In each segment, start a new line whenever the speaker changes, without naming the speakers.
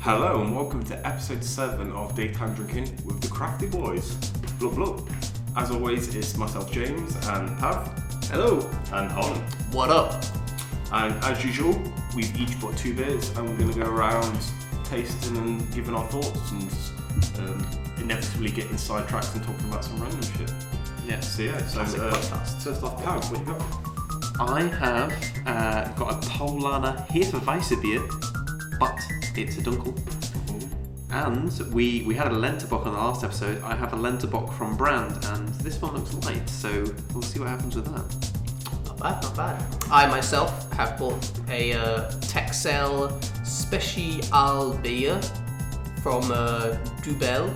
Hello and welcome to episode 7 of Daytime Drinking with the Crafty Boys. Blub blub. As always, it's myself, James, and Pav. Hello. And Holland.
What up?
And as usual, we've each bought two beers and we're going to go around tasting and giving our thoughts and um, inevitably getting sidetracked and talking about some random shit.
Yes.
So, yeah, so
Classic
uh,
podcast.
first off, Pav, what you got?
I have uh, got a Polana Hefeweizen beer, but it's a dunkel. And we, we had a Lenterbock on the last episode. I have a Lenterbock from Brand, and this one looks light, so we'll see what happens with that.
Not bad, not bad. I myself have bought a uh, Texel Special beer from uh, Dubel.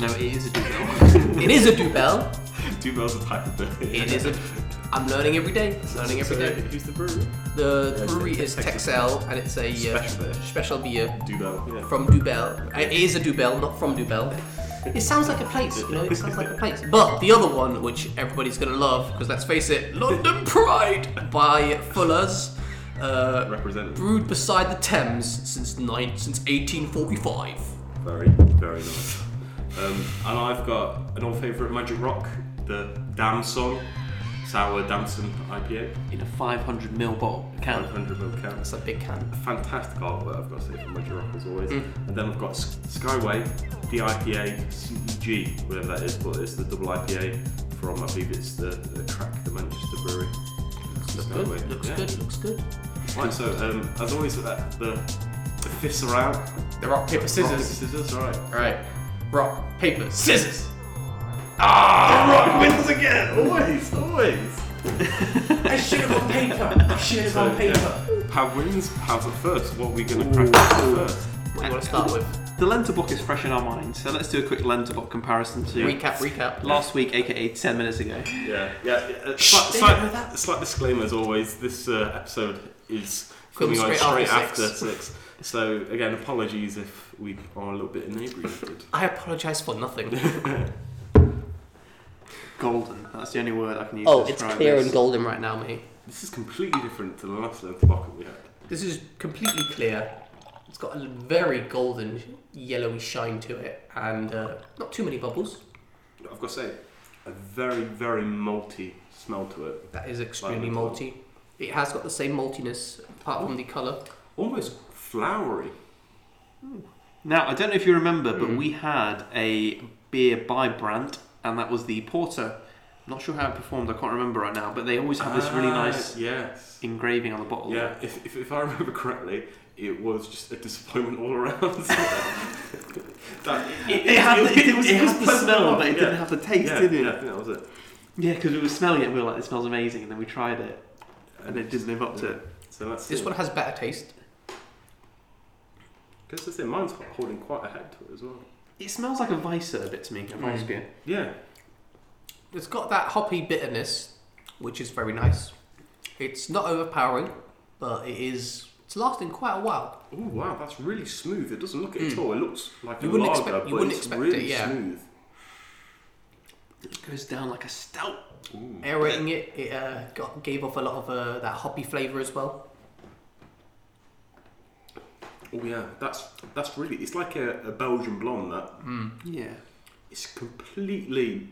No, it is a dunkel.
It is a Dubel.
Two bells a type of beer.
It is a. I'm learning every day. Learning every
So,
day.
Who's the brewery?
The
it's
brewery is
Texas.
Texel, and it's a uh,
Special beer.
special beer
Do bell. Yeah.
from Dubel. It is a Dubel, not from Dubel. It sounds like a place, you know. It sounds like a place. But the other one, which everybody's gonna love, because let's face it, London Pride by Fuller's. Uh,
Represented.
brewed beside the Thames since nine since 1845.
Very, very nice. Um, and I've got an old favourite, Magic Rock, the Damson Sour Damson IPA,
In a 500ml bottle can.
100ml cans.
That's a big can.
Fantastic artwork, I've got to say, from Magic Rock as always.
Mm.
And then I've got S- Skyway, the IPA, CEG, E whatever that is, but it's the double IPA from, I believe it's the, the Track, the Manchester Brewery.
Looks
Skyway,
good. Looks
yeah.
good. Looks good.
Right, so um, as always, uh, the, the fists are out.
The rock paper
Rock,
scissors.
scissors, alright.
All right. Rock paper scissors.
Ah, Rock wins again! Always, always!
I should have on paper. I should have on paper.
Pav wins, Pav's at first. What are we going to crack into first?
What do you want to start with?
The Lenterbock is fresh in our minds, so let's do a quick Lenterbock comparison to
Recap. Recap.
last week, aka 10 minutes ago.
Yeah, yeah. yeah. Uh,
Shh,
slight,
they
slight-
don't know that.
slight disclaimer as always this uh, episode is coming
Comes
on
straight
straight
after
after
six.
six. So, again, apologies if we are a little bit inebriated.
I apologize for nothing.
Golden. That's the only word I can use
Oh,
to
it's
describe
clear
this.
and golden right now, mate.
this is completely different to the last little bucket we had.
This is completely clear. It's got a very golden, yellowy shine to it, and uh, not too many bubbles.
I've got to say, a very, very malty smell to it.
That is extremely
Lemon.
malty. It has got the same maltiness apart from the colour.
Almost flowery.
Now, I don't know if you remember, but
Mm.
we had a beer by Brandt, and that was the Porter. I'm not sure how it performed, I can't remember right now, but they always have this really
Ah,
nice
Yes.
engraving on the bottle.
Yeah, if, if, if I remember correctly, it was just a disappointment all around. That-
It, it had, the- it, was, it had the
pleasant
smell,
enough,
but it
yeah.
didn't have the taste,
yeah,
did
Yeah, I
it?
think that was it.
Yeah, because we were smelling it, we were like, it smells amazing, and then we tried it, and it didn't live up to it.
So that's
This one has better taste.
Because that's it. Mine's got- holding quite a head to it as well.
It smells like a Weisser a bit to me, a Weiss
Mm.
beer.
Yeah.
It's got that hoppy bitterness, which is very nice. It's not overpowering, but it is. It's lasting quite a while.
Oh wow, that's really smooth. It doesn't look it at
Mm.
all. It looks like
You
a
wouldn't
lager,
expect- you
but
wouldn't
it's
expect
really
it, yeah.
smooth.
It goes down like a stout.
Ooh.
Aerating it, it uh, got, gave off a lot of uh, that hoppy flavour as well.
Oh yeah, that's that's really. It's like a, a Belgian blonde. That
Yeah.
it's completely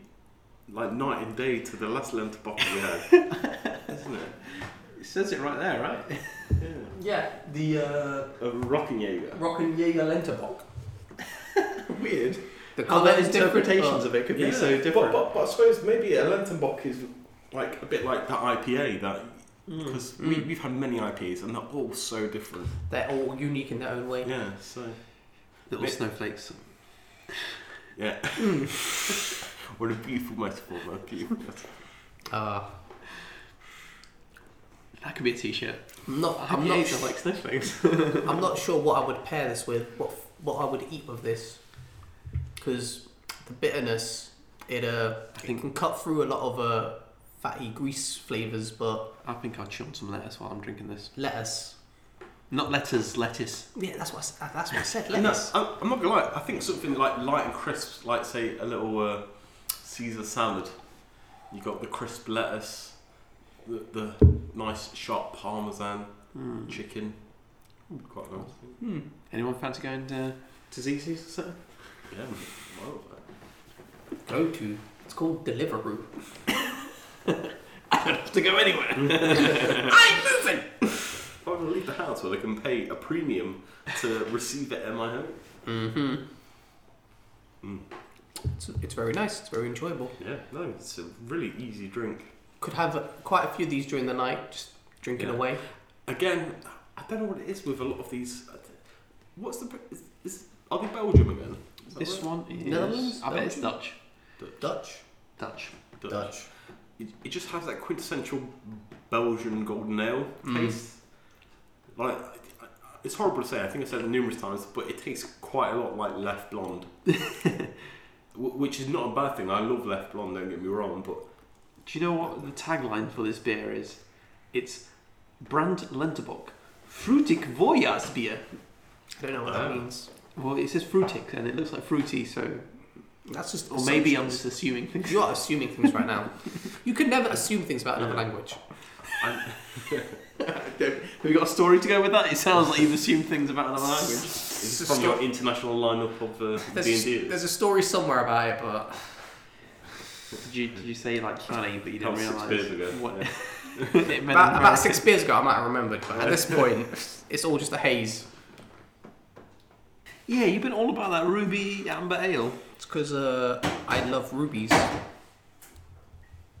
like night and day to the last length bottle we had, isn't it?
It says it right there, right?
Yeah.
Yeah, the uh,
A rocking Jaeger.
Rock and Jaeger Lenterbock.
Weird.
The
How
colour
their
is different.
interpretations
but-
of it could
Yeah,
be so different.
But, but, but I suppose maybe a Lentenbock is like a bit like that IPA that because we,
Mm.
we've had many IPAs and they're all so different.
They're all unique in their own way.
Yeah, so
Little
Bit-
snowflakes.
yeah. what a beautiful metaphor, man. Beautiful. metaphor.
Uh,
That could be a t-shirt.
I'm not. I'm
I'm
not.
not
Sure,
like snowflakes.
I'm not sure what I would pair this with, what f- what I would eat with this, because the bitterness it uh
I
it can cut through a lot of uh fatty grease flavors, but
I think I'd chomp some lettuce while I'm drinking this.
lettuce.
Not letters, lettuce.
Yeah, that's what I, s- that- that's what I said.
No,
Lettuce.
I'm, I'm not gonna lie. I think something like light and crisp, like say a little uh, Caesar salad. You got the crisp lettuce, the, the nice sharp parmesan,
Hmm.
chicken. Quite nice.
Hmm.
Anyone fancy going to, to Zizi's or something?
Yeah. Well,
Go to. It's called Deliveroo.
I don't have to go anywhere.
I'm moving.
if I leave the house where they can pay a premium to receive it at my home.
Mm-hmm.
Mm.
It's, it's very nice. It's very enjoyable.
Yeah, no, it's a really easy drink.
Could have uh, quite a few of these during the night, just drinking
Yeah.
away.
Again, I don't know what it is with a lot of these. What's the is, is are they Belgium again? Is that
this
right?
one is.
Netherlands?
I bet it's
Belgium?
Dutch.
Dutch.
Dutch.
Dutch. It, it just has that quintessential Belgian golden ale
Mm.
taste. Like I- I- it's horrible to say. I think I said it numerous times, but it tastes quite a lot like Left Blonde, Wh- which is not a bad thing. I love Left Blonde. Don't get me wrong, but
Do you know what the tagline for this beer is? It's Brand Lentebock. Fruitig Voyasbier.
I don't know what that
Oh.
means.
Well, it says fruitig and it looks like fruity, so.
That's just.
Or maybe I'm
assumptions.
just assuming things.
You are assuming things right now. You could never assume things about another
Yeah.
language.
I,
Have you got a story to go with that? It sounds like you've assumed things about another language.
it's
There's a
from
sto-
your international lineup of uh,
there's,
D&D.
there's a story somewhere about it, but
Did you, did you say like funny, but you
That
didn't
was six
realise
beers ago.
what
Yeah.
it meant? in
about, about
America?
six beers ago, I might have remembered. But at this point, it's all just a haze.
Yeah, you've been all about that ruby amber ale.
It's because uh, I love rubies.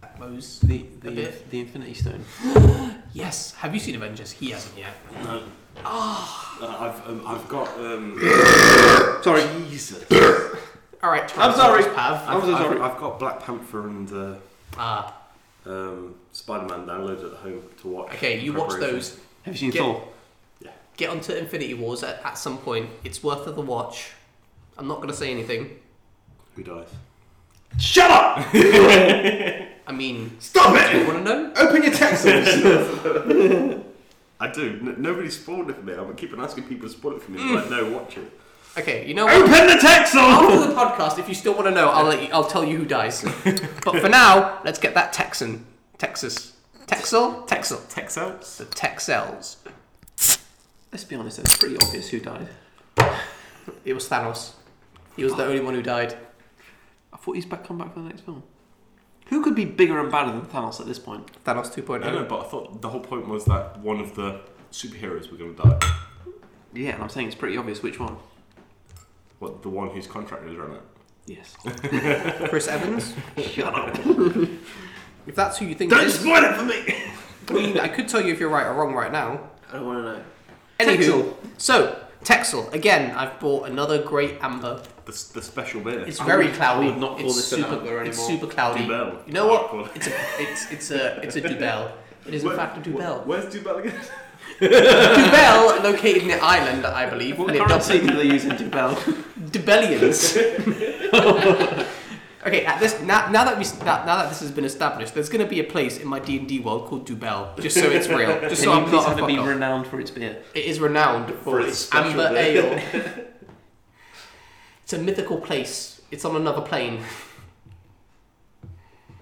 Atmos.
The
A
the,
bit.
the Infinity Stone.
Yes. Have you seen Avengers? He hasn't yet.
No. Uh, I've um, I've got um,
Sorry.
Jesus.
All right.
I'm sorry.
Pav.
I'm so
I've-
sorry.
I've got Black Panther and uh,
Ah,
um, Spider Man downloaded at home to watch.
okay. You
in
watch
preparation.
those.
Have you seen
Get-
Thor?
Get onto Infinity Wars at, at some point. It's worth of the watch. I'm not gonna say anything.
Who dies?
Shut up!
I mean,
Stop
do you
it!
want to know?
Open your textbooks.
I do. N- nobody spoiled it for me. I'm keeping asking people to spoil it for me.
Mm.
But like, no, watch it.
Okay. You know what?
Open the textbooks.
After the podcast, if you still want to know, I'll let you, I'll tell you who dies. but for now, let's get that Texan, Texas, Texel, Texel,
Texels.
the Texels.
Let's be honest, it's pretty obvious who died.
It was Thanos. He was the only one who died.
I thought he's back come back for the next film. Who could be bigger and badder than Thanos at this point?
Thanos oh. 2.0.
I know, but I thought the whole point was that one of the superheroes were going to die.
Yeah, and I'm saying it's pretty obvious which one.
What the one whose contract is running out.
Yes.
Chris Evans.
Shut up.
If that's who you think it
Don't
is,
spoil it for me.
I mean, I could tell you if you're right or wrong right now.
I don't want to know.
Anywho,
Texel.
so Texel again. I've bought another great amber.
The, s- the special beer.
It's
I
very
would- I
cloudy.
would not call
it's
this an
super,
amber
It's
anymore.
super cloudy.
Dubel.
You know what?
I call it.
It's a it's it's a it's a Dubel. It is in
Where-
fact a Dubel.
where- Where's Dubel again?
Dubel, located in the island, I believe,
What
and it does
currency do they use in Dubel?
Dubellians. okay, at this now, now that we now, now that this has been established, there's going to be a place in my D and D world called Dubel, just so it's real, just so
Can you
I'm
please
not a
have it
fuck
be
up.
renowned for its beer?
It is renowned for,
For its
its
special
amber
beer.
ale. it's a mythical place. It's on another plane.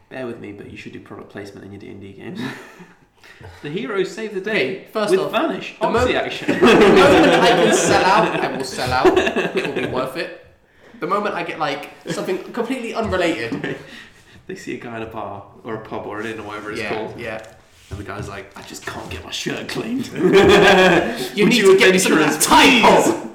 Bear with me, but you should do product placement in your D and D games. the heroes save the day
Okay, first
with
off,
vanish.
the
Odyssey
moment- the
action.
moment I can sell out, I will sell out. It will be worth it. The moment I get like something completely unrelated,
they see a guy in a bar or a pub or an inn or whatever it's
yeah,
called,
yeah.
and the guy's like, "I just can't get my shirt cleaned."
You
Would
need
you
to get me some of that
adventurers,
time
please?
bomb.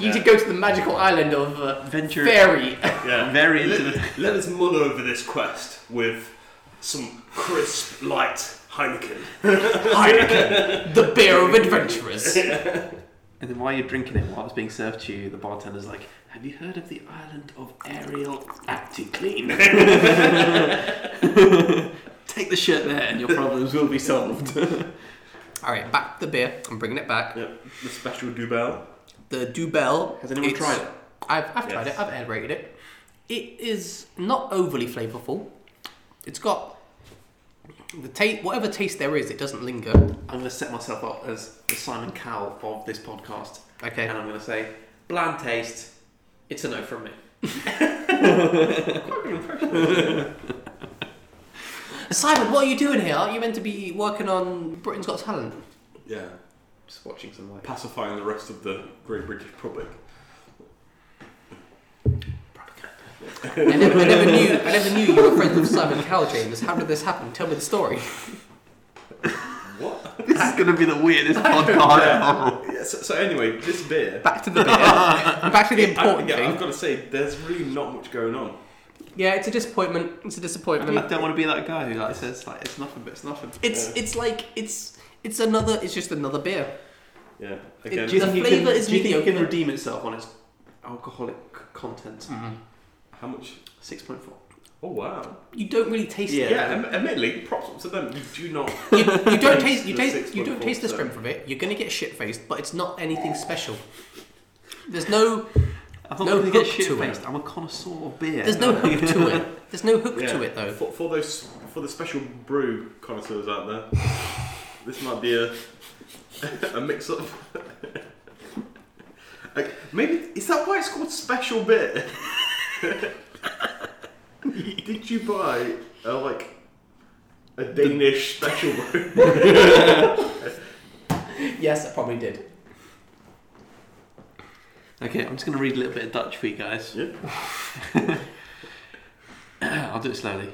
You need to go to the magical island of uh,
Venture
Fairy.
Yeah.
Very
let,
into
let us mull over this quest with some crisp, light Heineken.
Heineken, the beer of adventurers.
And then while you're drinking it, while it's being served to you, the bartender's like, "Have you heard of the island of Ariel Acticlean? Take the shirt there, and your problems will be solved."
All right, back to the beer. I'm bringing it back.
Yep. The special Dubel.
The Dubel.
Has anyone
it's-
tried it?
I've, I've tried
Yes.
it. I've air rated it. It is not overly flavorful. It's got the taste, whatever taste there is, it doesn't linger.
I'm going to set myself up as the Simon Cowell of this podcast,
Okay.
and I'm going to say, "Bland taste. It's a no from me."
Simon, what are you doing here? Aren't you meant to be working on Britain's Got Talent?
Yeah.
Just watching some like
pacifying the rest of the Great British public.
I never, I never knew. I never knew you were friends with Simon Cowell, James. How did this happen? Tell me the story.
What?
This is going to be the weirdest podcast ever.
Yeah, so, so anyway, this beer.
Back to the beer. Back to the
I,
important
yeah, I've
thing.
got to say, there's really not much going on.
Yeah, it's a disappointment. It's a
I
disappointment.
don't want to be that guy who like says like it's nothing, but it's nothing.
It's it's like it's it's another. It's just another beer.
Yeah, again,
do you
The
think it
flavour
can,
is
do you think it can
mediocre.
redeem itself on its alcoholic c- content?
how much?
Six point four.
Oh wow!
You don't really taste
Yeah.
Yeah,
it.
am- admittedly, props up to them. You do not.
You, you don't taste. You
The
taste. You don't taste the
6.4%.
strength of it. You're gonna get shit faced, but it's not anything special. There's no.
I'm not
No
going to get
hook to it.
shit faced. I'm a connoisseur of beer.
There's no hook to it. There's no hook
Yeah.
to it though.
For, for those for the special brew connoisseurs out there, this might be a a mix up. like, maybe is that why it's called special beer? Did you buy a, like a Danish special brew?
Yes, I probably did.
Okay, I'm just going to read a little bit of Dutch for you guys.
yeah.
I'll do it slowly.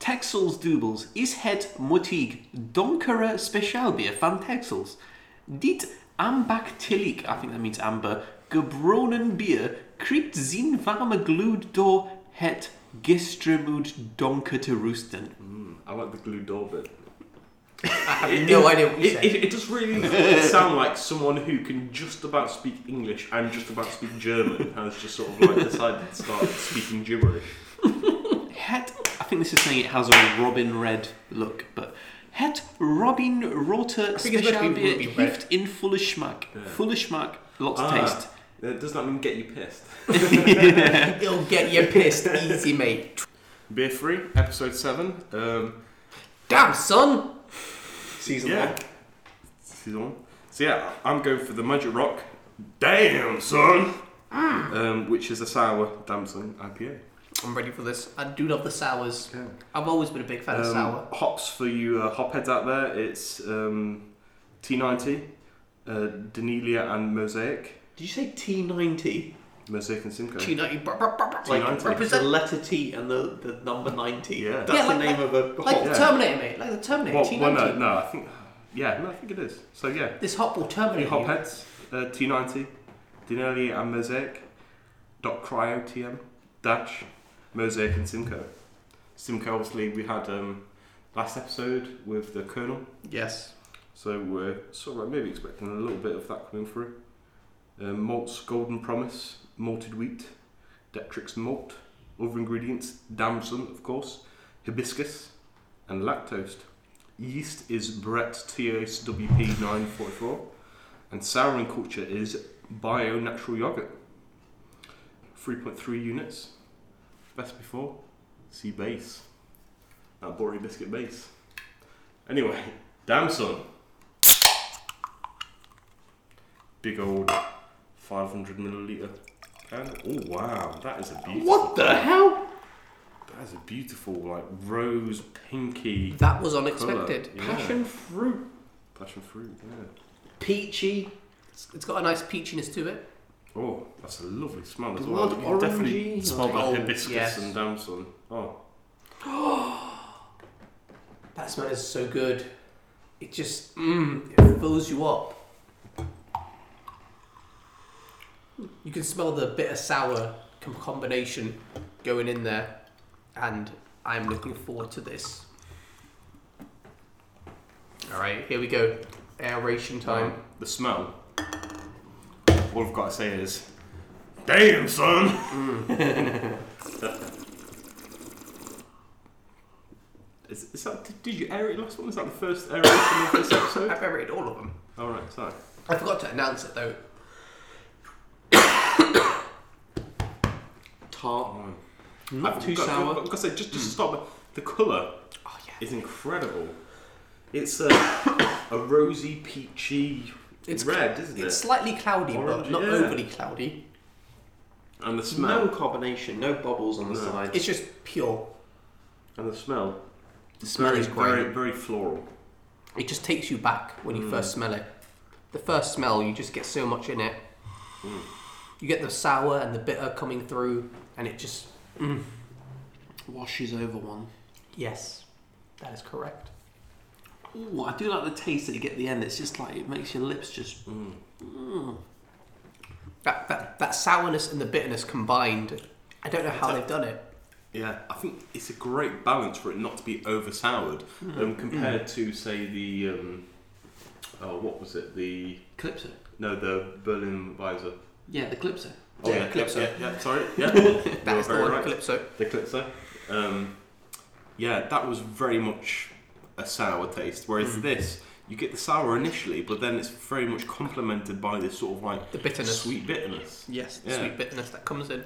Texels Doubles is het motig donkere speciaalbier van Texels. Dit ambachtelijk, I think that means amber, gebronen bier kriegt zijn warme gloed door het gestremd donker te roesten.
Mm, I like the glue door bit.
I have no idea what you
It,
said.
it, it does really sound like someone who can just about speak English and just about speak German has just sort of like decided to start speaking gibberish.
Het, I think this is saying it has a Robin Red look, but Het Robin Rote
think it's meant to be
Specialbier
Ruby Red.
heeft in volle smaak.
Yeah.
Volle smaak, lots of
Ah.
taste.
Uh, Does that mean get you pissed?
It'll get you pissed easy, mate.
Beer free, episode seven. Um,
Damn, son.
Season
yeah. Season. So yeah, I'm going for the Magic Rock. Damn son.
Ah.
Um, which is a sour damson IPA.
I'm ready for this. I do love the sours.
Yeah.
I've always been a big fan of
Um,
sour.
Hops for you uh, hopheads out there. It's um, T90, uh, Danelia, and Mosaic.
Did you say T90?
Mosaic and Simcoe.
T ninety
Like
T90.
the
represent
letter T and the, the number 90.
Yeah.
That's
Yeah, like-
the name of a
like
hop.
the
yeah.
Terminator, mate. Like the Terminator.
Well,
T
well,
ninety.
uh, no, no, I think, yeah, no, I think it is. So yeah,
This hop will
New
terminate. you.
Hopheads, uh, T90, Denelli and Mosaic, dot cryo TM, dash, Mosaic and Simcoe. Simcoe, obviously, we had um, last episode with the Colonel,
Yes.
so we're sort of like maybe expecting a little bit of that coming through. Um, malts, Golden Promise, malted wheat, Detrix malt, other ingredients, damson, of course, hibiscus, and lactose. Yeast is Brett TSWP944, and souring culture is Bio Natural Yogurt. 3.3 units. Best before, see base. That Bory biscuit base. Anyway, damson. Big old 500 milliliter can. Oh wow, that is a beautiful.
What the hell?
That is a beautiful, like rose pinky
That was unexpected.
colour. Yeah.
Passion fruit.
Passion fruit. Yeah.
Peachy.
It's- it's got a nice peachiness to it.
Oh, that's a lovely smell as well.
Blood
You can definitely
orangey.
smell the
Oh,
hibiscus
yes.
and damson. Oh,
That smell is so good. It just mm, it fills you up. You can smell the bitter sour com- combination going in there, and I'm looking forward to this. All right, here we go. Aeration time.
the smell. All I've got to say is, damn son.
Mm.
is, is that? Did, did you air it last one? Is that the first aeration of this episode?
I've aerated all of them.
All right, sorry.
I forgot to announce it though.
Tart.
Oh.
Not
I've
too
got,
sour. Mm.
I've got to say, just, just stop. The colour
Oh yeah,
is incredible. It's a, a rosy, peachy
It's
red, isn't
it's
it?
slightly cloudy,
Orange,
but not
yeah.
overly cloudy.
And the smell.
No carbonation, no bubbles on the
No.
sides.
It's just pure.
And the smell.
The smell
very,
is great.
very, very floral. Mm.
It just takes you back when you first smell it. the first smell, you just get so much in it.
Mm.
You get the sour and the bitter coming through, and it just
Washes over one.
yes, that is correct.
Ooh, I do like the taste that you get at the end. It's just like it makes your lips just.
That that, that sourness and the bitterness combined. I don't know how they've done it.
Yeah, I think it's a great balance for it not to be over soured um, compared to, say, the um, oh, what was it? The
Calypso.
no, the Berlin Weiser.
Yeah, the Calypso.
Oh,
Yeah,
yeah,
Calypso.
Yeah, yeah, sorry. Yeah, that
That is the one, Calypso.
The Calypso. Um, yeah, that was very much a sour taste. Whereas
Hmm.
this, you get the sour initially, but then it's very much complemented by this sort of like
The bitterness.
sweet bitterness.
Yes, the
Yeah.
sweet bitterness that comes in.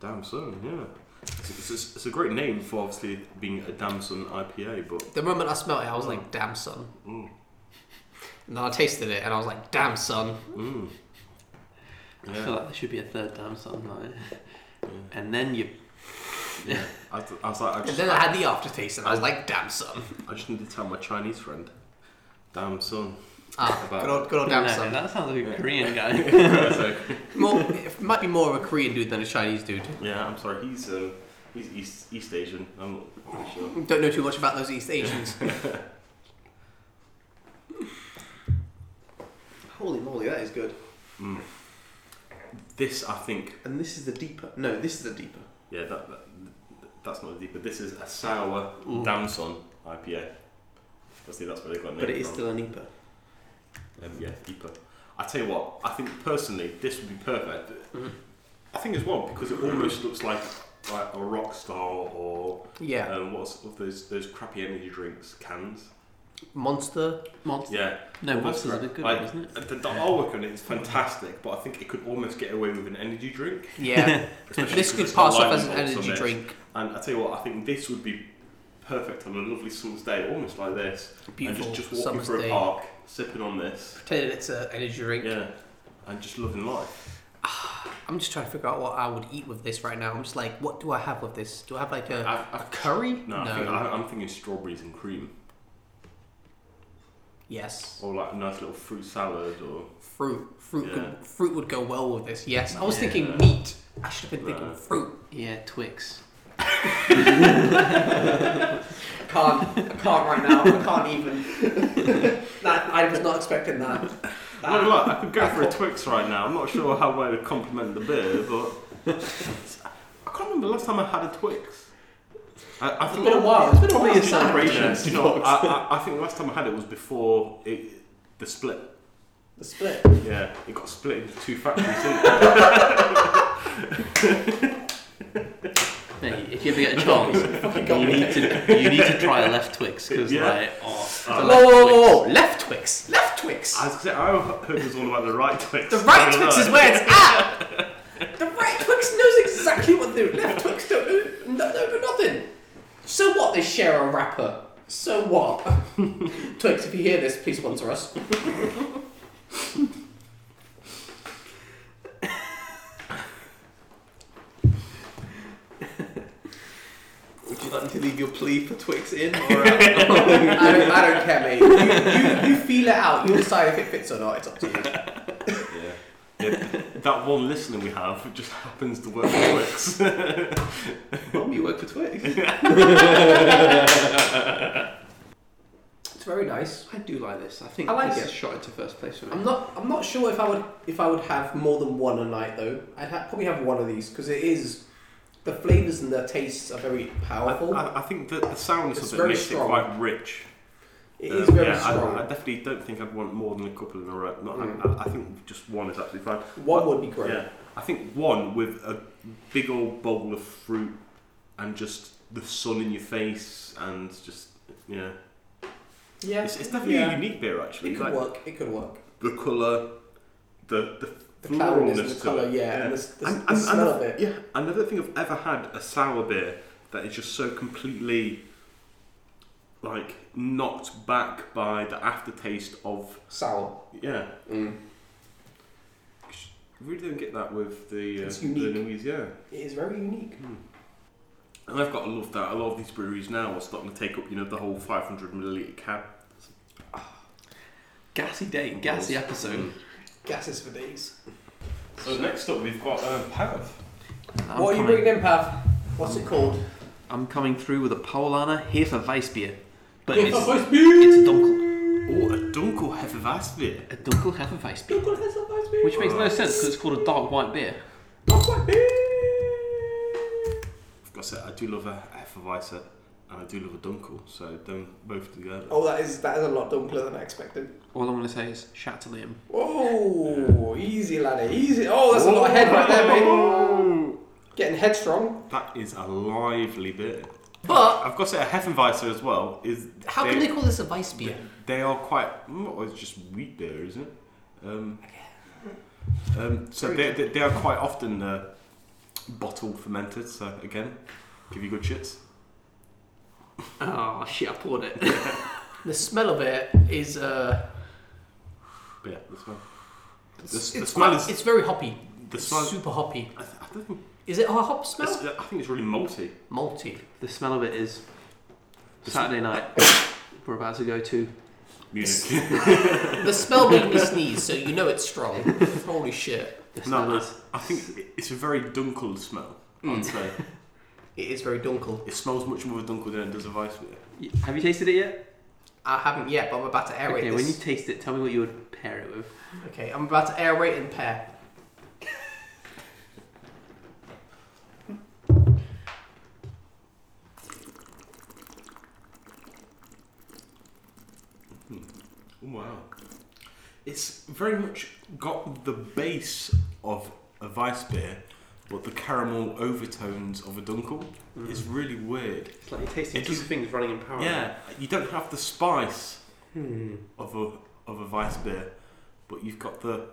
Damson, yeah. It's, it's, it's- it's a great name for obviously being a Damson IPA, but hmm.
The moment I smelled it, I was
Mm.
like, damn, son. And then I tasted it, and I was like, damn, son.
I
Hmm. Yeah.
feel like there should be a third damn something like And then you.
yeah, I, th- I was like, I
And
just,
then I had the aftertaste, and I was like, damn, son.
I just need to tell my Chinese friend, Damson.
Ah,
About-
good old, good old
No,
damn,
no,
son.
that sounds like a Korean guy.
so,
More, it might be more of a Korean dude than a Chinese dude.
yeah, I'm sorry. He's um, he's East East Asian. I'm not really sure.
Don't know too much about those East Asians. Holy moly, that is good.
Mm. This, I think,
And this is the deeper. No, this is the deeper.
yeah, that, that that's not deep, but this is a sour Damson IPA. Obviously, that's where they got named from.
an IPA.
Um, yeah, deeper. I tell you what, I think personally this would be perfect. I think as well because it almost looks like like a rock star or
Yeah.
um, what's of those those crappy energy drinks cans.
Monster.
Monster.
Yeah,
No,
Almost
Monster's a
cra-
bit good,
like,
one, isn't it?
The, the artwork on it is fantastic, but I think it could almost get away with an energy drink.
Yeah.
especially
this could
because
pass
the
off as an
lime
energy
salts on it.
drink.
And I tell you what, I think this would be perfect on a lovely summer's day, almost like this.
Beautiful
and just, just walking
summer's
through
day.
a park, sipping on this.
Pretending it's an energy drink.
Yeah, and just loving life.
I'm just trying to figure out what I would eat with this right now. I'm just like, what do I have with this? Do I have like Uh, a,
I've-
a
I've-
curry?
No, I think, I, I'm thinking strawberries and cream,
yes.
or like a nice little fruit salad, or
Fruit. Fruit.
Yeah.
Could, fruit would go well with this. Yes. I was
Yeah.
thinking meat. I should have been thinking
No.
fruit.
Yeah, Twix.
I can't. I can't right now. I can't even. that, I was not expecting that. Ah.
I don't know. I could go for a Twix right now. I'm not sure how well to compliment the beer, but I can't remember the last time I had a Twix. I, I think
while. It's been
Probably a celebration.
Yeah, do you know, I, I, I think the last time I had it was before it, the split.
The split.
Yeah, it got split into two factories. didn't it?
Hey, if you ever get a chance, you need to you need to try a left Twix because
Yeah.
like oh, the
Whoa,
Whoa,
left
whoa,
Twix.
whoa, whoa! Left Twix. Left Twix.
I was gonna say, I heard it was all about the right Twix.
The right
I don't
Twix
know.
is where it's at. The right Twix knows exactly what to do. Left Twix don't know, no, no, do nothing. So what? They share a wrapper. So what? Twix, if you hear this, please sponsor us.
Would you like to leave your plea for Twix in? Or, uh,
I don't, I don't care, mate. You, you, you feel it out. You decide if it fits or not. It's up to you.
Yeah. Yeah, that one listener we have just happens to work with Twix.
Mum, you work for Twix.
It's very nice.
I do like this. I think
I like
this
it.
is shot into first place for me.
I'm not. I'm not sure if I would. If I would have more than one a night though. I'd ha- probably have one of these because it is. The flavors and the tastes are very powerful.
I, I think that the soundness
It's
of it
very
makes
strong.
it quite rich.
it
Um,
is very
yeah, I-
strong.
I,
Mm.
definitely don't think I'd want more than a couple in a row. No, I- I, I think just one is absolutely fine.
One would be great.
Yeah, I think one with a big old bowl of fruit and just the sun in your face and just yeah,
Yeah,
it's, it's definitely
yeah.
a unique beer
It
actually.
could work. It could work.
the colour, the the,
The cloudiness and
floralness
the
to
colour,
it.
yeah, and the, the,
And-
the
and-
smell
and-
of it.
Yeah, I don't think I've ever had a sour beer that is just so completely like knocked back by the aftertaste of
Sour.
yeah. You really don't get that with the uh,
It's
the
unique.
Louise, yeah.
It is very unique.
And I've got to love that a lot of these breweries now are starting to take up you know the whole 500 milliliter cab.
gassy day, gassy episode.
Gases for days.
So next up, we've got um, Pav.
I'm
what are you
coming,
bringing in, Pav? What's it called?
I'm coming through with a Paulana Hefeweißbier, but
Give
it's,
us ice beer.
it's a dunkel,
Oh, a Dunkel Hefeweizen.
a dunkel Hefeweißbier,
Dunkel has a ice beer.
which makes no sense because it's called a dark white beer.
Dark white beer.
I've got to say, I do love a Hefeweizen and I do love a Dunkel, so them both together.
Oh, that is that is a lot dunkler than I expected.
All I'm going to say is shout to Liam.
Oh, easy, laddie, easy. Oh, that's a lot of head right there, mate. Getting headstrong.
That is a lively bit.
But
I've got to say, a Hefeweizen as well is.
how can they call this a vice beer?
They are quite. Well, it's just wheat beer, isn't it? Um, um, so they, they, they are quite often uh, bottle fermented. So again, give you good shits.
Oh shit! I poured it. the smell of it is uh,
But yeah, that's fine.
it's,
The s- the
it's
smell
quite-
is-
it's very hoppy.
The
It's
smell.
super hoppy.
I, th- I, don't think
Is it a hop
it's,
smell?
I think it's really malty.
Malty.
The smell of it is Saturday night. We're about to go to.
Munich.
The smell made me sneeze, so you know it's strong. Holy shit!
The
No,
smell
no.
is
I think it- it's a very dunkel smell. I'd say
It is very dunkel.
it smells much more of a dunkel than it does a vice beer.
Y- Have you tasted it yet?
I haven't yet, but I'm about to aerate
okay,
this.
when you taste it, tell me what you would pair it with.
Okay, I'm about to aerate and pair.
Wow. It's very much got the base of a vice beer, but the caramel overtones of a dunkel. It's really weird.
It's like you're tasting
It
two
does-
things running in parallel.
Yeah, you don't have the spice
Oh, Hmm.
of a of a vice beer, but you've got the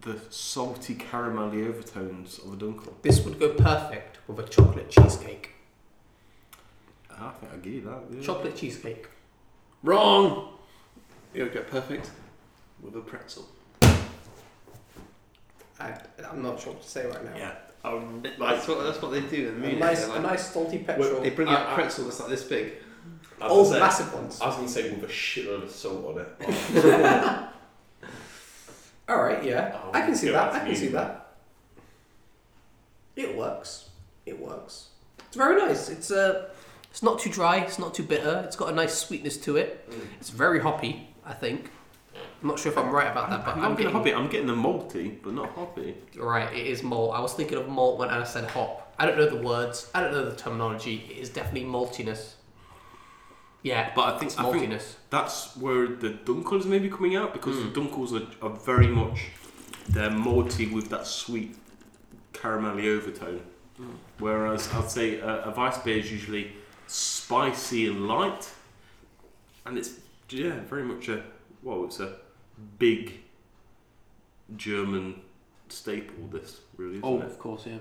the salty caramelly overtones of a dunkel.
This would go perfect with a chocolate cheesecake.
I think I give you that. Yeah.
Chocolate cheesecake.
Wrong. It would go perfect with a pretzel.
I, I'm not sure what to say right now.
Yeah.
Um,
Oh, That's what that's what they do in
A
Munich.
nice,
They're
a
like-
nice salty petrol.
They bring
I-
out
I-
pretzel that's like this big.
I
All
Oh,
was
the
gonna say-
massive ones.
I was going to say with a shitload of salt on it.
All right, yeah,
Oh,
I can see
yeah,
that. I
that's
can see
easy.
that. It works. It works. It's very nice. It's uh,
It's not too dry. It's not too bitter. It's got a nice sweetness to it. It's very hoppy. I think. I'm not sure if I'm right about that, but
I'm
I'm,
not getting
getting
hoppy. I'm getting the malty, but not hoppy.
Right, it is malt. I was thinking of malt when Anna said hop. I don't know the words. I don't know the terminology. It is definitely maltiness. Yeah,
But I think
it's
I think
maltiness.
that's where the dunkels may be coming out because the
Hmm.
dunkels are, are very much they're malty with that sweet caramelly overtone.
Hmm.
Whereas I'd say a, a vice beer is usually spicy and light, and it's yeah very much a well it's a big German staple. This really isn't
Oh,
it?
of course, yeah.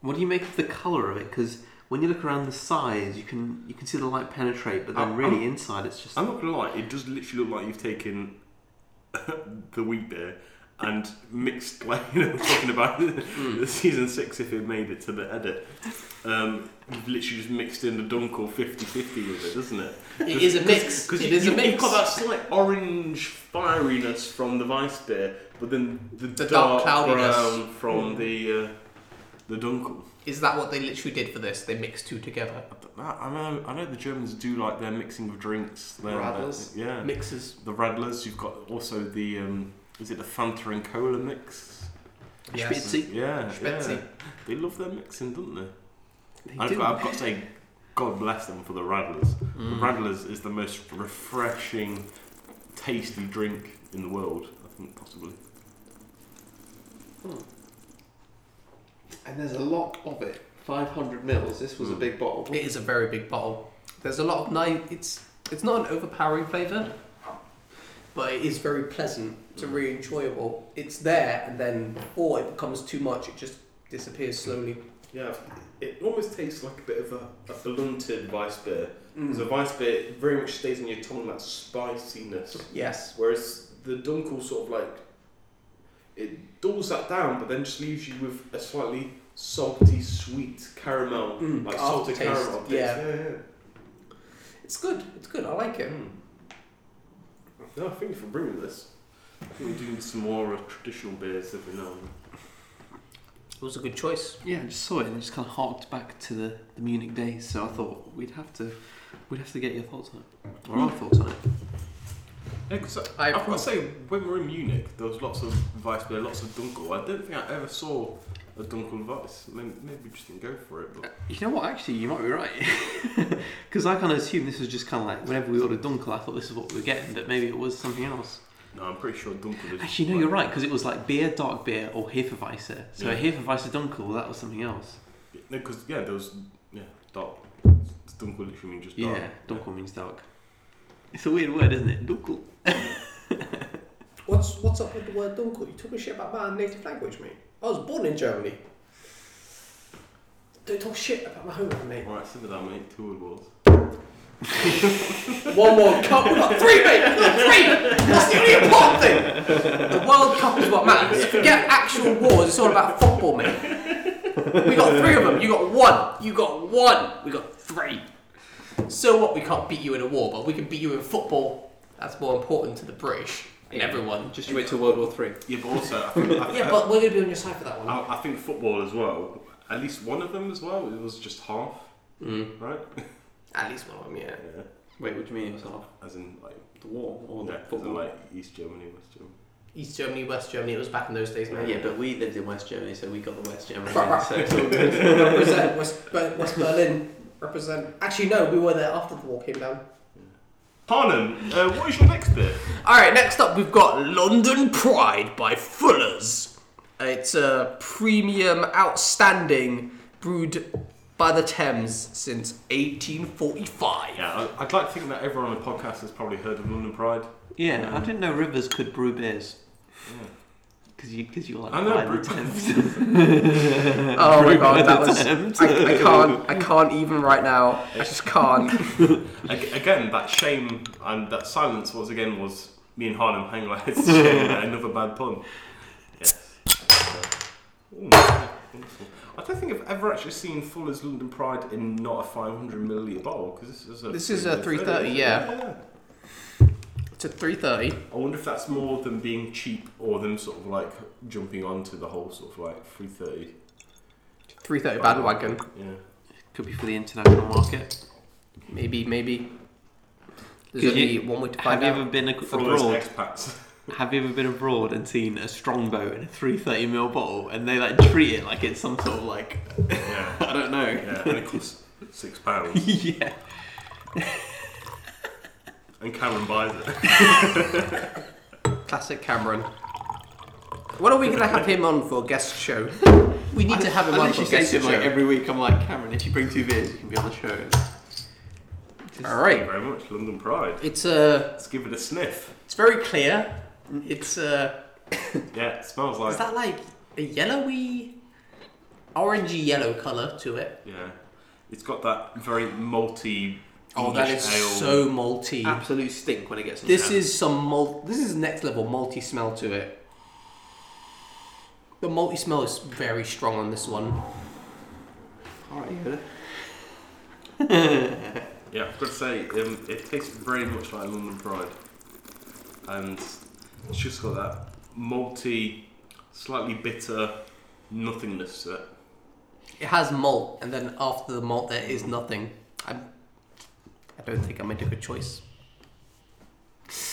What do you make of the color of it? Because when you look around the sides, you can you can see the light penetrate, but then
I'm-
really
I'm-
inside, it's just
I'm not gonna lie, it does literally look like you've taken the wheat beer and mixed, like you know, talking about the season six if it made it to the edit. Um, you've literally just mixed in the dunkel 50 50 with it, doesn't it?
It is a mix.
Because
it
you,
is a
you-
mix.
You've got that slight orange fieriness from the vice beer, but then the,
The
dark,
dark cloudiness. Mm.
brown from the uh, the dunkel.
Is that what they literally did for this? They mixed two together.
I, I know, I know the Germans do like their mixing of drinks. their-
Radlers.
yeah.
Mixes.
the Radlers. You've got also the um, is it the Fanta and Cola mix?
Yes.
spitzy.
Yeah,
Spezi.
yeah. They love their mixing, don't they? And
They
I've,
do.
got, I've got to say, God bless them for the Radlers.
Mm.
Mm.
The Radlers is the most refreshing, tasty drink in the world. I think possibly.
And there's a lot of it. 500 mils. This was a big bottle.
It is a very big bottle. There's a lot of nice. It's it's not an overpowering flavour, but it is very pleasant.
it's
Mm.
really enjoyable. It's there, and then or it becomes too much, it just disappears slowly.
Yeah, it almost tastes like a bit of a, a blunted vice beer. Because a vice beer very much stays in your tongue that spiciness.
Yes.
Whereas the Dunkel sort of like it dulls that down, but then just leaves you with a slightly salty, sweet caramel,
Mm,
like salted
aftertaste,
caramel. taste.
yeah.
yeah,
It's good. It's good. I like
yeah.
it.
Mm. No, thank you for bringing this. We do need some more uh, traditional beers every now and then.
It was a good choice.
Yeah, I just saw it and I just kind of harked back to the, the Munich days. So I thought we'd have to we'd have to get your thoughts on it or our thoughts on it.
Yeah, 'cause I-
I
I've got to
approve.
say, when we were in Munich, there was lots of vice beer, lots of dunkel. I don't think I ever saw a dunkel vice. Maybe, maybe we just didn't go for it, but
You know what? Actually, you might be right because I kind of assumed this was just kind of like whenever we ordered Dunkel, I thought this is what we were getting, but maybe it was something else.
no, I'm pretty sure dunkel is.
Actually, no,
like-
you're right because it was like beer, dark beer, or Hefeweizen. So a
Yeah.
Hefeweizen Dunkel, that was something else.
Yeah, No, because yeah, there was yeah dark. Dunkel literally means just dark.
Yeah, Dunkel means dark. It's a weird word, isn't it? Dunkel.
What's what's up with the word dunkel? You talking shit about my native language, mate. I was born in Germany. Don't talk shit about my homeland, mate.
All right, sit down, mate. Two wood walls.
One more cup. We got three, mate. We got three. That's the only important thing.
The World Cup is what matters. Forget actual wars. It's all about football, mate. We got three of them. You got one. You got one. We got three. So what? We can't beat you in a war, but we can beat you in football. That's more important to the British and everyone.
Just wait till World War Three.
Yeah, but also I think, I,
Yeah, but we're gonna be on your side for that one.
I, I think football as well. At least one of them as well. It was just half,
Mm.
right?
At least one of them, yeah.
Yeah.
Wait, what do you mean it was half?
As in like
The war or
yeah,
the
as in
football?
like East Germany, West Germany.
East Germany, West Germany. It was back in those days, mate.
Yeah, but we lived in West Germany, so we got the West Germany.
Right, right.
so it's all good.
Represent West, Ber- West Berlin. Represent. Actually, no. We were there after the war came down.
Harnan, uh, what is your next beer?
All right, next up we've got London Pride by Fuller's. It's a premium, outstanding brewed by the Thames since 1845.
Yeah, I- I'd like to think that everyone on the podcast has probably heard of London Pride.
Yeah, I didn't know rivers could brew beers. Because you, cause you're like
I know,
by the
brew-
Thames.
Oh my
Brew by
god, that
the
was.
Thames.
I, I can't. I can't even right now. I just can't.
Ag- again, that shame and that silence was again was me and Harnan hanging our heads together. Another bad pun. Yes. Ooh, wonderful. I don't think I've ever actually seen Fuller's London Pride in not a 500 milliliter bottle because this is a
This is a 330, yeah. It's at 3:30.
I wonder if that's more than being cheap or them sort of like jumping onto the whole sort of like 330.
3:30 bandwagon.
Yeah.
Could be for the international market.
Maybe. Maybe. There's
Could
only
you-
one way to
Have
find
you
out.
ever been ac-
Fuller's
abroad?
expats.
Have you ever been abroad and seen a strongbow in a 330ml bottle and they like treat it like it's some sort of like,
yeah.
I don't know.
Yeah, and it costs six pounds.
yeah.
And Cameron buys it.
Classic Cameron. What are we gonna have him on for guest show? We need to have him
I
on for
literally say
guest
to
show.
him like every week, I'm like, Cameron, if you bring two beers, you can be on the show.
All
Thank
right.
you very much, London Pride.
It's uh,
Let's give it a sniff.
it's very clear. It's uh,
Yeah, it smells like.
is that like a yellowy, orangey yellow color to it?
yeah, it's got that very malty.
Oh, that
English
is
ale.
so malty.
Absolute stink when it gets on
This
your hand.
is some malt. This is next level malty smell to it. The malty smell is very strong on this one.
All right, you heard it.
Yeah, I've got to say, um, it tastes very much like London Pride, and it's just got that malty, slightly bitter nothingness to it.
It has malt, and then after the malt, there is nothing. I'm, I don't think I made a good choice.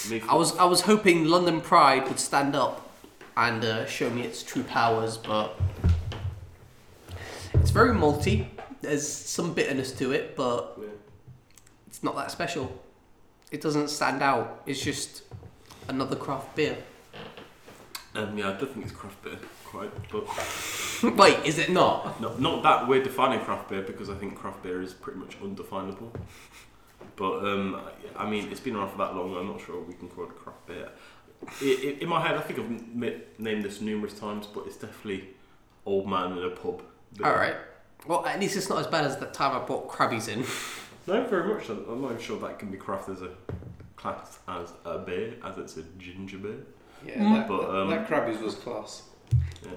Me-
I was I was hoping London Pride would stand up and uh, show me its true powers, but it's very malty. There's some bitterness to it, but
yeah.
it's not that special. It doesn't stand out. It's just another craft beer.
Um, yeah, I don't think it's craft beer quite, but
Wait, is it not?
No, not that we're defining craft beer because I think craft beer is pretty much undefinable. But um, I- I mean, it's been around for that long. I'm not sure we can call it craft beer. I i in my head, I think I've m- ma- named this numerous times, but it's definitely old man in a pub. beer.
All right. Well, at least it's not as bad as the time I bought Krabbies in.
No, very much. so. I'm not even sure that can be craft as a class as a beer, as it's a ginger beer.
Yeah,
Mm.
that,
But, um,
that, that Krabby's was class.
Yeah.